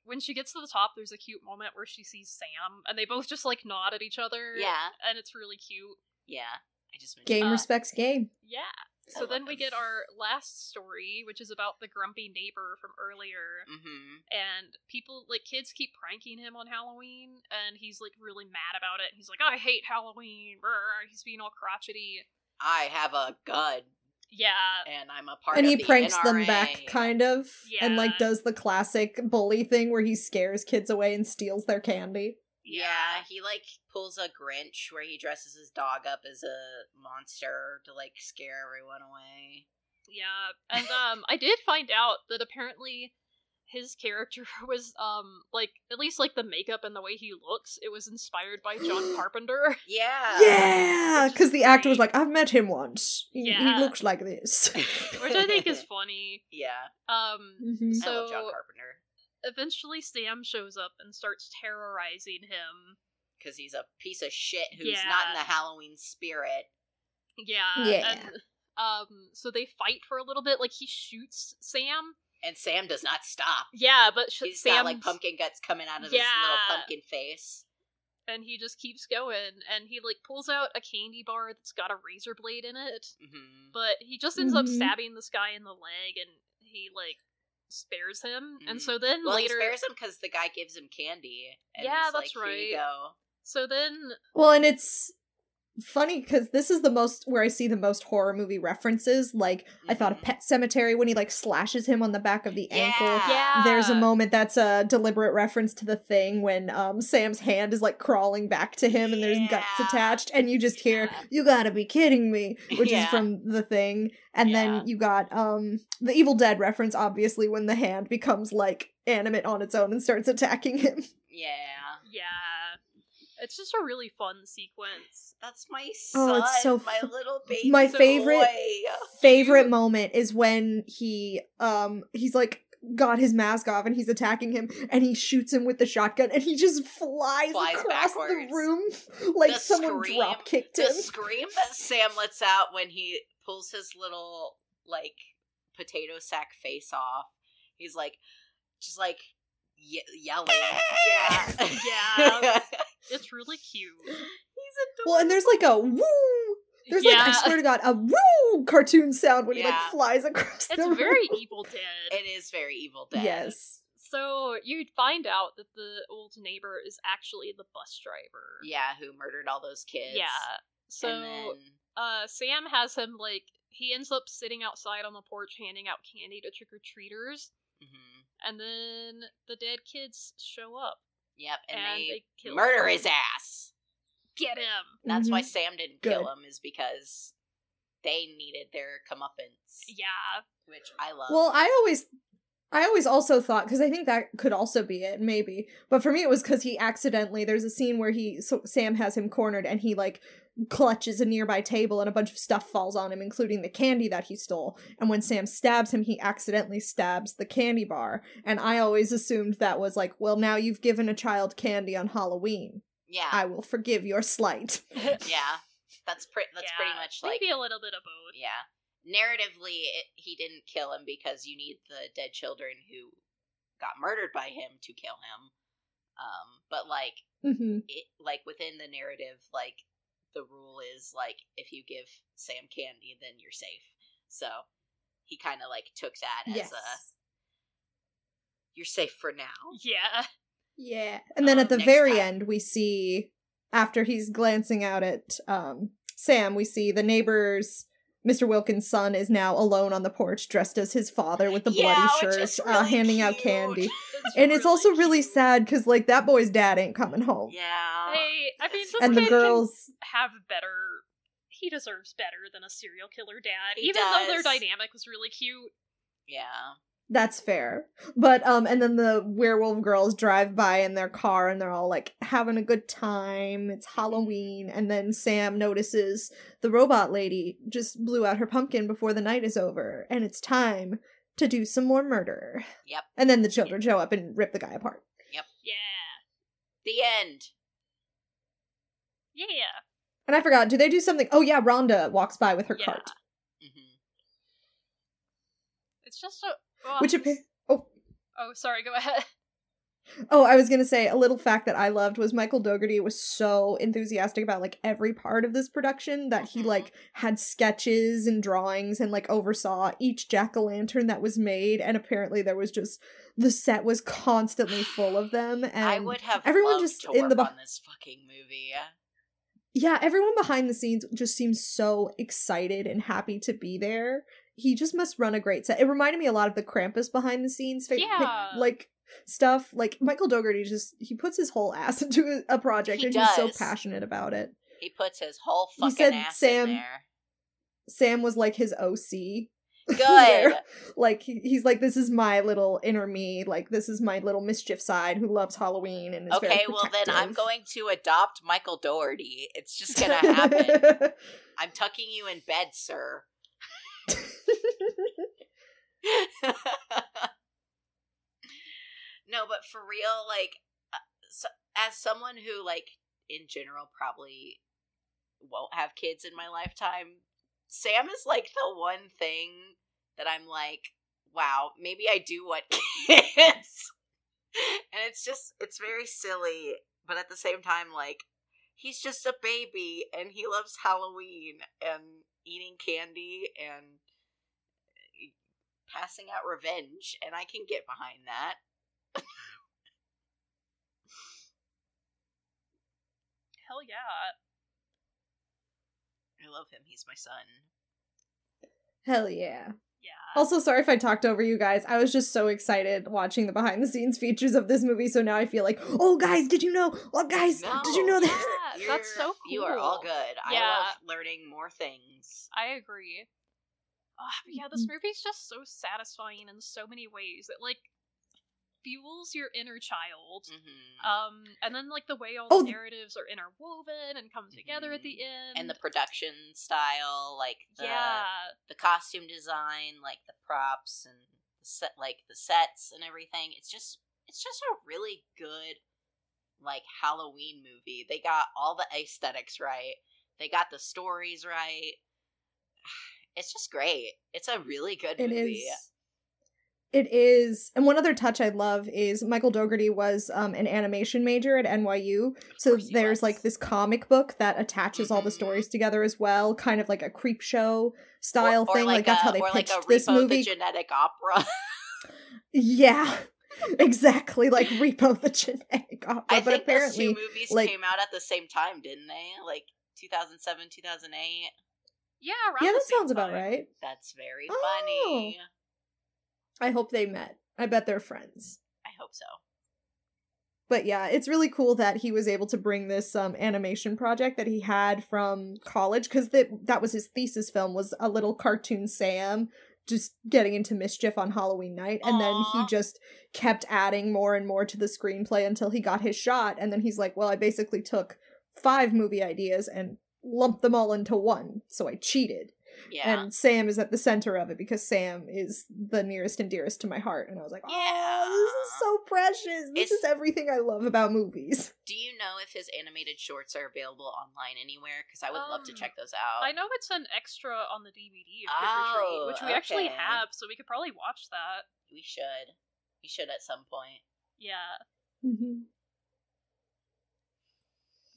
B: when she gets to the top, there's a cute moment where she sees Sam, and they both just like nod at each other.
C: Yeah.
B: and it's really cute.
C: Yeah. I just mentioned
D: Game
B: Uh,
D: respects game.
B: Yeah.
C: I
B: So
C: love
B: then we
C: them.
B: get our last story, which is about the grumpy neighbor from earlier.
C: Mm-hmm.
B: And people, like kids, keep pranking him on Halloween, and he's like really mad about it. He's like, "I hate Halloween." brr," He's being all crotchety.
C: I have a gun
B: Yeah,
C: and I'm a part
D: and
C: of
D: he
C: the
D: pranks them
C: NRA.
D: back, kind of, and like
B: Yeah.
D: does the classic bully thing where he scares kids away and steals their candy.
C: Yeah, he like pulls a Grinch where he dresses his dog up as a monster to like scare everyone away.
B: yeah. And um, I did find out that apparently his character was um like at least like the makeup and the way he looks, it was inspired by John Carpenter.
C: Yeah.
D: yeah,
B: which
D: because
B: is
D: the actor was
B: great.
D: like, "I've met him once. He, he
B: Yeah.
D: looks like this."
B: which I think is funny.
C: Yeah.
B: Um,
D: Mhm.
C: I love John
B: So-
C: Carpenter
B: eventually Sam shows up and starts terrorizing him.
C: because he's a piece of shit who's
B: Yeah.
C: not in the Halloween spirit.
B: Yeah.
D: Yeah.
B: And, um, so they fight for a little bit. Like he shoots Sam.
C: And Sam does not stop.
B: Yeah, but sh-
C: He's
B: Sam
C: got like pumpkin guts coming out of his little
B: Yeah.
C: pumpkin face.
B: and he just keeps going, and he like pulls out a candy bar that's got a razor blade in it,
C: hmm
B: but he just ends up
D: Mhm.
B: stabbing this guy in the leg, and he like spares him, and
C: Mhm.
B: so then
C: Well,
B: later,
C: he spares him because the guy gives him candy. And
B: Yeah,
C: he's
B: that's
C: like, Here you
B: right.
C: go.
B: so then
D: Well, and it's funny because this is the most where I see the most horror movie references. Like I thought
B: Mm.
D: of
C: Mhm.
D: Pet Cemetery when he like slashes him on the back of the ankle.
B: yeah,
D: There's a moment that's a deliberate reference to the thing when um, Sam's hand is like crawling back to him and there's guts
C: Yeah.
D: attached, and you just hear,
C: Yeah.
D: You gotta be kidding me, which
C: Yeah.
D: is from the thing. And
C: Yeah.
D: then you got um, the Evil Dead reference, obviously, when the hand becomes like animate on its own and starts attacking him.
C: Yeah.
B: yeah, it's just a really fun sequence.
C: That's my son.
D: Oh, it's so
C: my
D: fu-
C: little baby.
D: my
C: boy.
D: favorite- favorite moment is when he um he's like got his mask off and he's attacking him and he shoots him with the shotgun and he just flies,
C: Flies
D: across
C: backwards.
D: the room like
C: The
D: someone
C: scream-
D: drop kicked
C: The
D: him.
C: scream that Sam lets out when he pulls his little like potato sack face off. He's like, just like ye- yelling. Yeah. Um,
B: Yeah. It's really cute.
C: He's adorable.
D: Well, and there's like a woo. There's
B: yeah,
D: like I swear to God a woo cartoon sound when he
C: Yeah.
D: like flies across the room.
B: it's very Evil Dead.
C: It is very Evil Dead.
D: yes.
B: So you find out that the old neighbor is actually the bus driver.
C: Yeah, who murdered all those kids.
B: Yeah. So
C: and then,
B: uh Sam has him like he ends up sitting outside on the porch handing out candy to trick or treaters
C: mhm.
B: and then the dead kids show up
C: yep, and,
B: and,
C: they,
B: they, kill
C: murder
B: him.
C: his ass.
B: Get him.
C: That's why
D: Mhm.
C: Sam didn't
D: Good.
C: kill him is because they needed their comeuppance,
B: Yeah.
C: which I love.
D: Well, I always I always also thought because I think that could also be it, maybe. But for me, it was because he accidentally. There's a scene where he so Sam has him cornered and he like clutches a nearby table and a bunch of stuff falls on him, including the candy that he stole. And when Sam stabs him, he accidentally stabs the candy bar. And I always assumed that was like, well, now you've given a child candy on Halloween.
C: yeah,
D: I will forgive your slight.
C: yeah. That's pretty. That's pretty
B: Yeah.
C: much like
B: maybe a little bit of both.
C: yeah. Narratively, it, he didn't kill him because you need the dead children who got murdered by him to kill him. Um, but like
D: hmm
C: it, like within the narrative, like the rule is like if you give Sam candy, then you're safe. So he kind of like took that as uh,
D: Yes.
C: a you're safe for now.
B: Yeah.
D: Yeah. And then
B: Um,
D: at the
C: uh, next
D: very
C: time.
D: end, we see, after he's glancing out at um, Sam, we see the neighbors. Mr. Wilkins' son is now alone on the porch, dressed as his father with the
C: Yeah,
D: bloody
C: which
D: shirt,
C: is
D: uh,
C: really
D: handing out
C: cute.
D: candy. And it's also really
B: cute.
D: sad because, like, that boy's dad ain't coming home.
C: Yeah.
B: Hey, I mean, this
D: and the
B: kid
D: girls.
B: can have better. He deserves better than a serial killer dad,
C: He
B: even though their
C: does.
B: dynamic was really cute.
C: Yeah.
D: That's fair. But, um, and then the werewolf girls drive by in their car and they're all like having a good time. It's Halloween. And then Sam notices the robot lady just blew out her pumpkin before the night is over and it's time to do some more murder.
C: Yep.
D: And then the children show up and rip the guy apart.
B: Yeah.
C: The end.
B: Yeah.
D: And I forgot, do they do something? Oh, yeah, Rhonda walks by with her
B: Yeah.
D: cart.
C: hmm
B: It's just a. oh,
D: Which,
B: this-
D: appa-
B: Oh, sorry. Go ahead.
D: Oh, I was gonna say a little fact that I loved was Michael Dougherty was so enthusiastic about like every part of this production that he
C: Mhm.
D: like had sketches and drawings and like oversaw each jack o' lantern that was made, and apparently there was just the set was constantly full of them. And
C: I would have
D: everyone
C: loved
D: just
C: to
D: in
C: work
D: the beh-
C: on this fucking movie.
D: yeah, everyone behind the scenes just seems so excited and happy to be there. He just must run a great set. It reminded me a lot of the Krampus behind the scenes, fa- pic-
C: Um,
B: Yeah.
D: like stuff. Like Michael Dougherty just he puts his whole ass into a a project,
C: He
D: and he's so
C: does.
D: passionate about it.
C: He puts his whole
D: He
C: fucking
D: said
C: ass
D: Sam-
C: in there.
D: Sam was like his OC.
C: Good.
D: like he- he's like this is my little inner me. Like this is my little mischief side who loves Halloween and is
C: okay,
D: very
C: well then I'm
D: protective.
C: going to adopt Michael Doherty. It's just gonna happen. I'm tucking you in bed, sir. no, but for real, like, uh, so, as someone who, like, in general, probably won't have kids in my lifetime, Sam is like the one thing that I'm like, wow, maybe I do want kids. and it's just, it's very silly, but at the same time, like, he's just a baby and he loves Halloween and eating candy and passing out revenge, and I can get behind that.
B: Hell yeah.
C: I love him. He's my son.
D: Hell yeah.
B: Yeah.
D: Also, sorry if I talked over you guys. I was just so excited watching the behind the scenes features of this movie, so now I feel like, oh, guys, did you know? Oh, guys, did you know that?
B: that? Yeah, that's so
C: You are all
B: cool.
C: good. I
B: Yeah.
C: love learning more things.
B: I agree. Ah, but yeah, this
D: Mm-hmm.
B: movie's just so satisfying in so many ways. It like fuels your inner child.
C: hmm
B: Um, and then like the way all
D: Oh,
B: the
D: th-
B: narratives are interwoven and come together at the end.
C: Mm-hmm. and the uh, production style, like the
B: Um yeah,
C: the costume design, like the props and the set, like the sets and everything. It's just it's just a really good like Halloween movie. They got all the aesthetics right. They got the stories right. It's just great. It's a really good
D: It
C: movie.
D: is. It is. And one other touch I love is Michael Dougherty was um, an animation major at NYU. So
C: course he
D: there's
C: was.
D: like this comic book that attaches all the
C: Mhm.
D: stories together as well, kind of like a creep show style
C: Or- or
D: thing. Like, that's
C: a-
D: how they
C: or
D: pitched
C: like a
D: this
C: Repo
D: movie.
C: The genetic opera.
D: yeah, exactly. Like Repo the Genetic Opera.
C: I
D: but
C: think those
D: apparently,
C: two movies
D: like-
C: came out at the same time, didn't they? Like 2007, 2008.
B: yeah, around
D: yeah,
B: the
D: that
B: same
D: sounds about
B: time.
D: right.
C: That's very
D: Oh.
C: funny.
D: I hope they met. I bet they're friends.
C: I hope so.
D: But yeah, it's really cool that he was able to bring this um, animation project that he had from college because that that was his thesis film was a little cartoon Sam just getting into mischief on Halloween night, and then he
C: Aw.
D: just kept adding more and more to the screenplay until he got his shot, and then he's like, "Well, I basically took five movie ideas and lumped them all into one, so I cheated."
C: Yeah.
D: And Sam is at the center of it because Sam is the nearest and dearest to my heart, and I was like, "Oh, this is
C: Yeah.
D: so precious.
C: It's-
D: This is everything I love about movies.
C: Do you know if his animated shorts are available online anywhere? Because I would love to
B: Um,
C: check those out.
B: I know it's an extra on the DVD of Trick
C: Oh,
B: or Treat, which we actually
C: okay.
B: have, so we could probably watch that.
C: We should. We should at some point.
B: Yeah.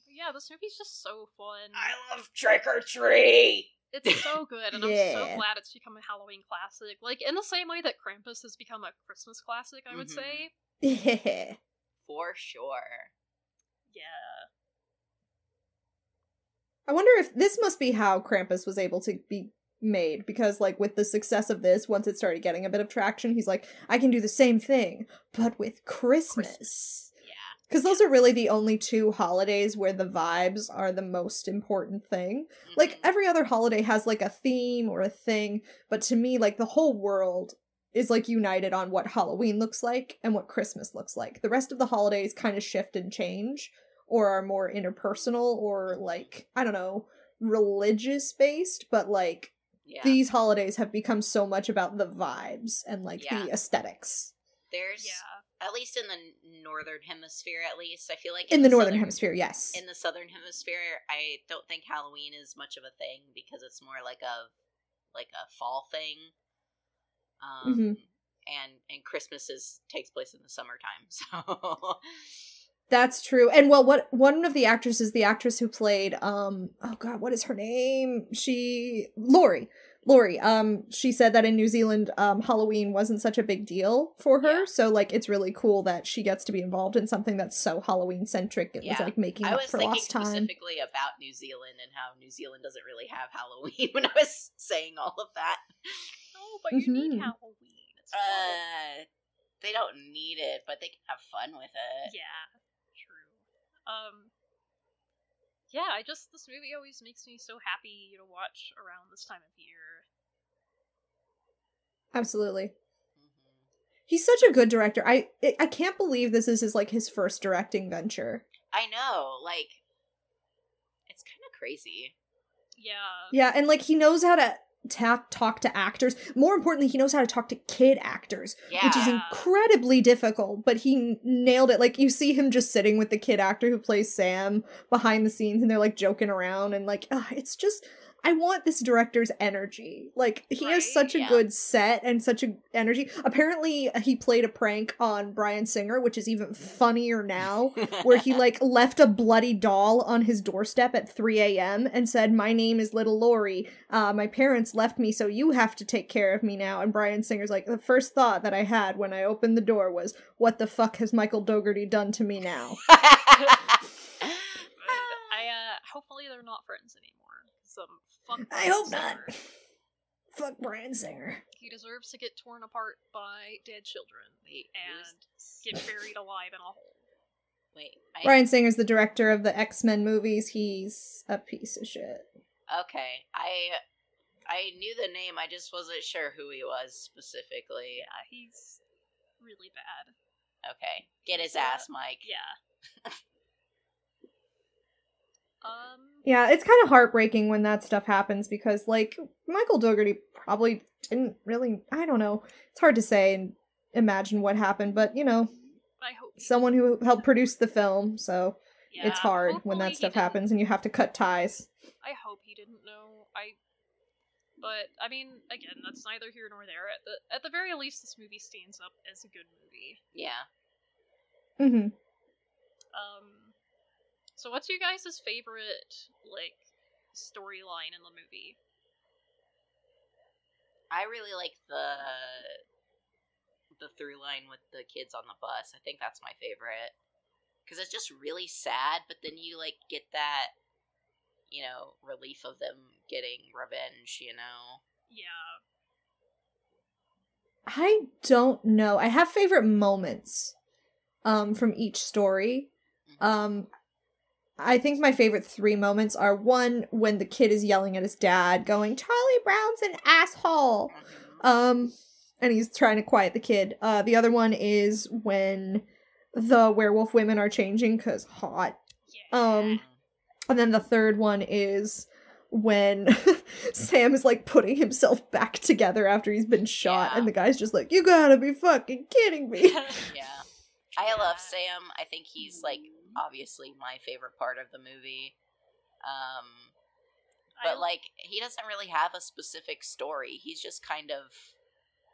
B: But yeah, this movie's just so fun.
C: love Trick or Treat.
B: It's so good, and I'm so
D: Yeah.
B: glad it's become a Halloween classic. Like in the same way that Krampus has become a Christmas classic, I would
C: Mhm.
B: say.
D: Yeah.
C: For sure.
B: Yeah.
D: I wonder if this must be how Krampus was able to be made because, like, with the success of this, once it started getting a bit of traction, he's like, I can do the same thing, but with Christmas.
C: Yeah.
D: Because those are really the only two holidays where the vibes are the most important thing. Like,
C: Mhm.
D: every other holiday has, like, a theme or a thing, but to me, like, the whole world is, like, united on what Halloween looks like and what Christmas looks like. The rest of the holidays kind of shift and change or are more interpersonal or, like, I don't know, religious based, but, like,
C: yeah.
D: these holidays have become so much about the vibes and, like,
C: Yeah.
D: the aesthetics.
C: There's
B: Yeah.
C: at least in the northern hemisphere. At least I feel like
D: In the northern
C: southern-
D: hemisphere, yes.
C: In the southern hemisphere, I don't think Halloween is much of a thing
D: Mm-hmm.
C: because it's more like a like a fall thing. Um, and and Christmas is takes place in the summertime. So
D: That's true. And well, what one of the actresses, the actress who played um oh god, what is her name? She Lori. Lori, um she said that in New Zealand um Halloween wasn't such a big deal for her,
C: Yeah.
D: so like it's really cool that she gets to be involved in something that's so Halloween centric. It was
C: Yeah.
D: like making
C: I
D: up
C: was
D: for
C: thinking
D: lost time.
C: specifically about New Zealand and how New Zealand doesn't really have Halloween when I was saying all of that.
B: Oh, but you need
D: Mhm.
B: Halloween. It's fun.
C: Uh, they don't need it, but they can have fun with it.
B: Yeah, true. Um, yeah, I just this movie always makes me so happy to watch around this time of year.
D: Absolutely.
C: Mhm.
D: He's such a good director. I I- I can't believe this is his like his first directing venture.
C: I know, like it's kind of crazy. Uh-huh.
B: Yeah,
D: Yeah, and like he knows how to tap talk to actors. More importantly, he knows how to talk to kid actors,
C: Yeah,
D: which is incredibly difficult, but he n- nailed it. Like you see him just sitting with the kid actor who plays Sam behind the scenes and they're like joking around and like ugh, it's just I want this director's energy. Like he
B: Right?
D: has such a
C: Yeah.
D: good set and such a energy. Apparently, he played a prank on Brian Singer, which is even funnier now where he like left a bloody doll on his doorstep at 3 a.m. and said, "My name is Little Lori. Uh, my parents left me, so you have to take care of me now." And Brian Singer's like, "The first thought that I had when I opened the door was, what the fuck has Michael Dougherty done to me now?"
B: and I uh, hopefully they're not friends anymore. 'cause, um, fuck
D: I
B: Brian
D: hope not.
B: Singer.
D: Fuck Brian Singer.
B: He deserves to get torn apart by dead children
C: Wait, who's-
B: and get buried alive in a hole.
C: wait, I,
D: Brian Singer's the director of the X Men movies. He's a piece of shit.
C: Okay, I I knew the name. I just wasn't sure who he was specifically.
B: Yeah, he's really bad.
C: Okay, get his
B: Yeah.
C: ass, Mike.
B: Yeah. um.
D: Yeah, it's kind of heartbreaking when that stuff happens because, like, Michael Dougherty probably didn't really. I don't know. It's hard to say and imagine what happened, but you know,
B: I hope he-
D: someone who helped produce the film, so
B: Yeah,
D: it's hard when
B: hopefully
D: that
B: he
D: stuff
B: didn't-
D: happens and you have to cut ties.
B: I hope he didn't know. I, but I mean, again, that's neither here nor there. At the at the very least, this movie stands up as a good movie.
C: Yeah.
D: hmm
B: Um, so what's you guys' favorite like storyline in the movie?
C: I really like the the through line with the kids on the bus. I think that's my favorite because it's just really sad, but then you like get that you know relief of them getting revenge. You know,
B: Yeah,
D: I don't know. I have favorite moments um, from each story. Um, I think my favorite three moments are one when the kid is yelling at his dad, going, Charlie Brown's an asshole.
C: Mhm.
D: Um, and he's trying to quiet the kid. Uh, the other one is when the werewolf women are changing because hot.
B: yeah.
D: Um, and then the third one is when Sam is like putting himself back together after he's been shot,
C: Yeah.
D: and the guy's just like, "You gotta be fucking kidding me."
C: yeah. I love
B: Yeah. Mm-hmm.
C: Sam. I think he's like obviously my favorite part of the movie. Um,
B: I-
C: but like he doesn't really have a specific story. He's just kind of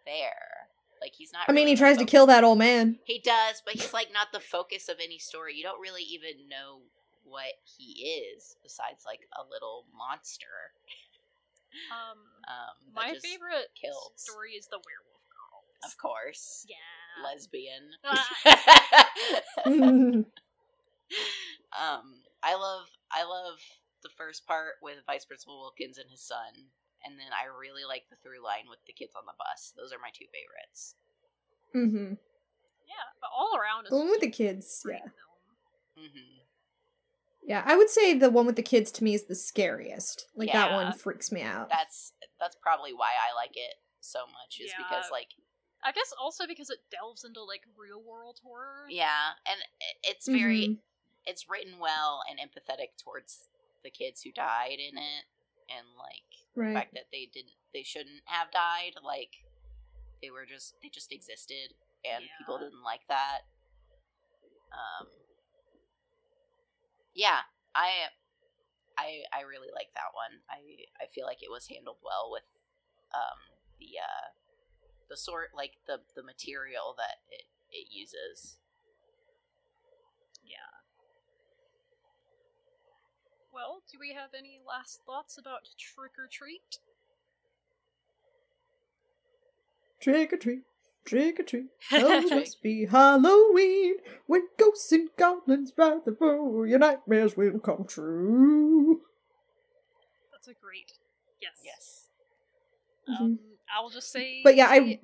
C: there. Like he's not.
D: I mean,
C: really
D: he
C: the
D: tries to
C: focus-
D: kill that old man.
C: He does, but he's like not the focus of any story. You don't really even know what he is besides like a little monster.
B: um,
C: Um, that
B: my
C: just-
B: favorite
C: kills.
B: story is the werewolf girl.
C: of course,
B: Yeah,
C: lesbian.
D: Mhm.
C: um, I love I love the first part with Vice Principal Wilkins and his son, and then I really like the through line with the kids on the bus. Those are my two favorites.
D: Mhm.
B: yeah, but all around is
D: The one with the
B: just a
D: kids.
B: great
D: Yeah.
B: film.
C: hmm
D: Yeah, I would say the one with the kids to me is the scariest. Like that
C: Yeah.
D: one freaks me out.
C: That's that's probably why I like it so much is because
B: Yeah.
C: like
B: I guess also because it delves into like real world horror.
C: yeah, and i- it's very
D: Mhm.
C: it's written well and empathetic towards the kids who died in it, and like the
D: right.
C: fact that they didn't they shouldn't have died like they were just they just existed and
B: Yeah.
C: people didn't like that um yeah i i i really like that one i i feel like it was handled well with um the uh the sort like the the material that it it uses.
B: Well, do we have any last thoughts about trick or treat?
D: Trick or treat, trick or treat. Help us be Halloween when ghosts and goblins ride the road. Your nightmares will come true.
B: That's a great yes.
C: Yes.
B: Um, I will just say.
D: Mm-hmm. But yeah, I.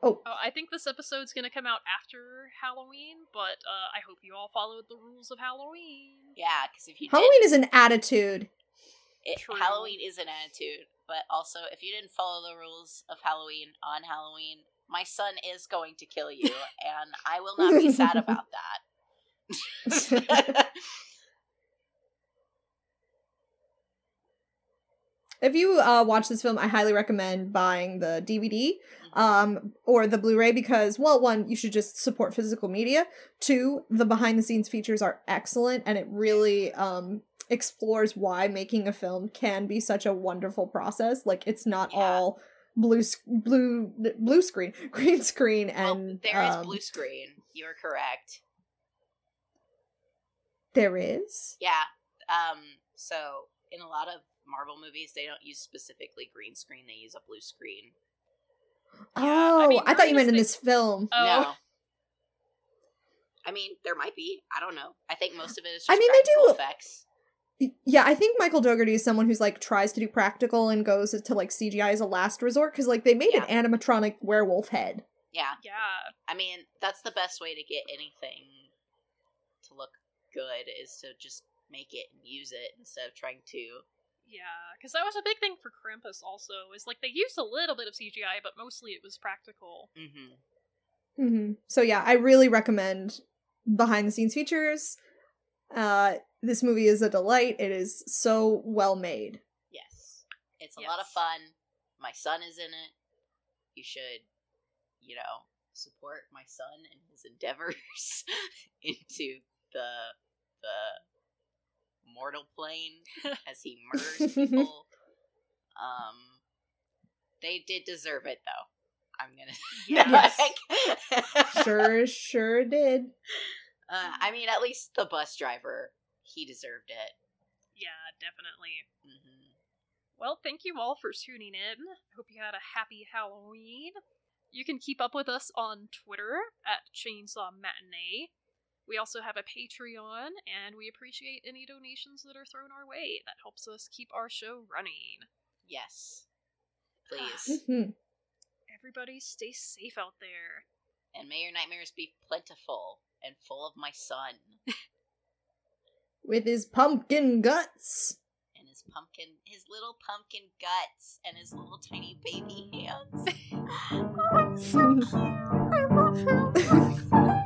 D: Oh,
B: Oh, I think this episode's gonna come out after Halloween, but uh, I hope you all followed the rules of Halloween.
C: Yeah, because if you
D: Halloween
C: did,
D: is an attitude.
C: it,
B: True.
C: Halloween is an attitude, but also if you didn't follow the rules of Halloween on Halloween, my son is going to kill you, and I will not be sad about that.
D: If you uh, watch this film, I highly recommend buying the DVD
C: Mm-hmm.
D: um, or the Blu-ray because, well, one, you should just support physical media. Two, the behind-the-scenes features are excellent, and it really um, explores why making a film can be such a wonderful process. Like it's not
C: Yeah.
D: all blue, sc- blue, blue screen, green screen,
C: well,
D: and
C: there is
D: um,
C: blue screen. You are correct.
D: There is.
C: Yeah. Um. So in a lot of Marvel movies, they don't use specifically green screen; they use a blue screen.
B: Yeah,
D: oh,
B: I
D: I,
B: mean,
D: thought you
B: we're
D: meant in this
B: just
D: film.
B: Oh,
C: No. I mean, there might be. I don't know. I think most of it is just
D: I mean, they
C: practical
D: do-
C: effects.
D: Y- Yeah, I think Michael Dougherty is someone who's like tries to do practical and goes to like CGI as a last resort because like they made an animatronic werewolf head.
C: Yeah.
B: yeah,
C: I mean, that's the best way to get anything to look good is to just make it and use it instead of trying to.
B: yeah. Because that was a big thing for Krampus. Also, is like they used a little bit of CGI, but mostly it was practical.
C: Mm-hmm.
D: hmm So yeah, I really recommend behind the scenes features. Uh, this movie is a delight. It is so well made.
C: Yes. It's a lot of
B: Yes.
C: fun. My son is in it. You should, you know, support my son and his endeavors into the the mortal plane as he murders people. Um they did deserve it though. I'm gonna Like-
D: Sure, sure did.
C: Uh, I mean, at least the bus driver, he deserved it.
B: Yeah, definitely.
C: hmm
B: Well, thank you all for tuning in. I hope you had a happy Halloween. You can keep up with us on Twitter at Chainsaw Matinee. We also have a Patreon, and we appreciate any donations that are thrown our way. That helps us keep our show running.
C: Yes. Please.
D: Mhm.
B: Everybody stay safe out there.
C: and may your nightmares be plentiful and full of my son
D: With his pumpkin guts.
C: and his pumpkin, his little pumpkin guts and his little tiny baby hands. oh, he's so cute. I love him.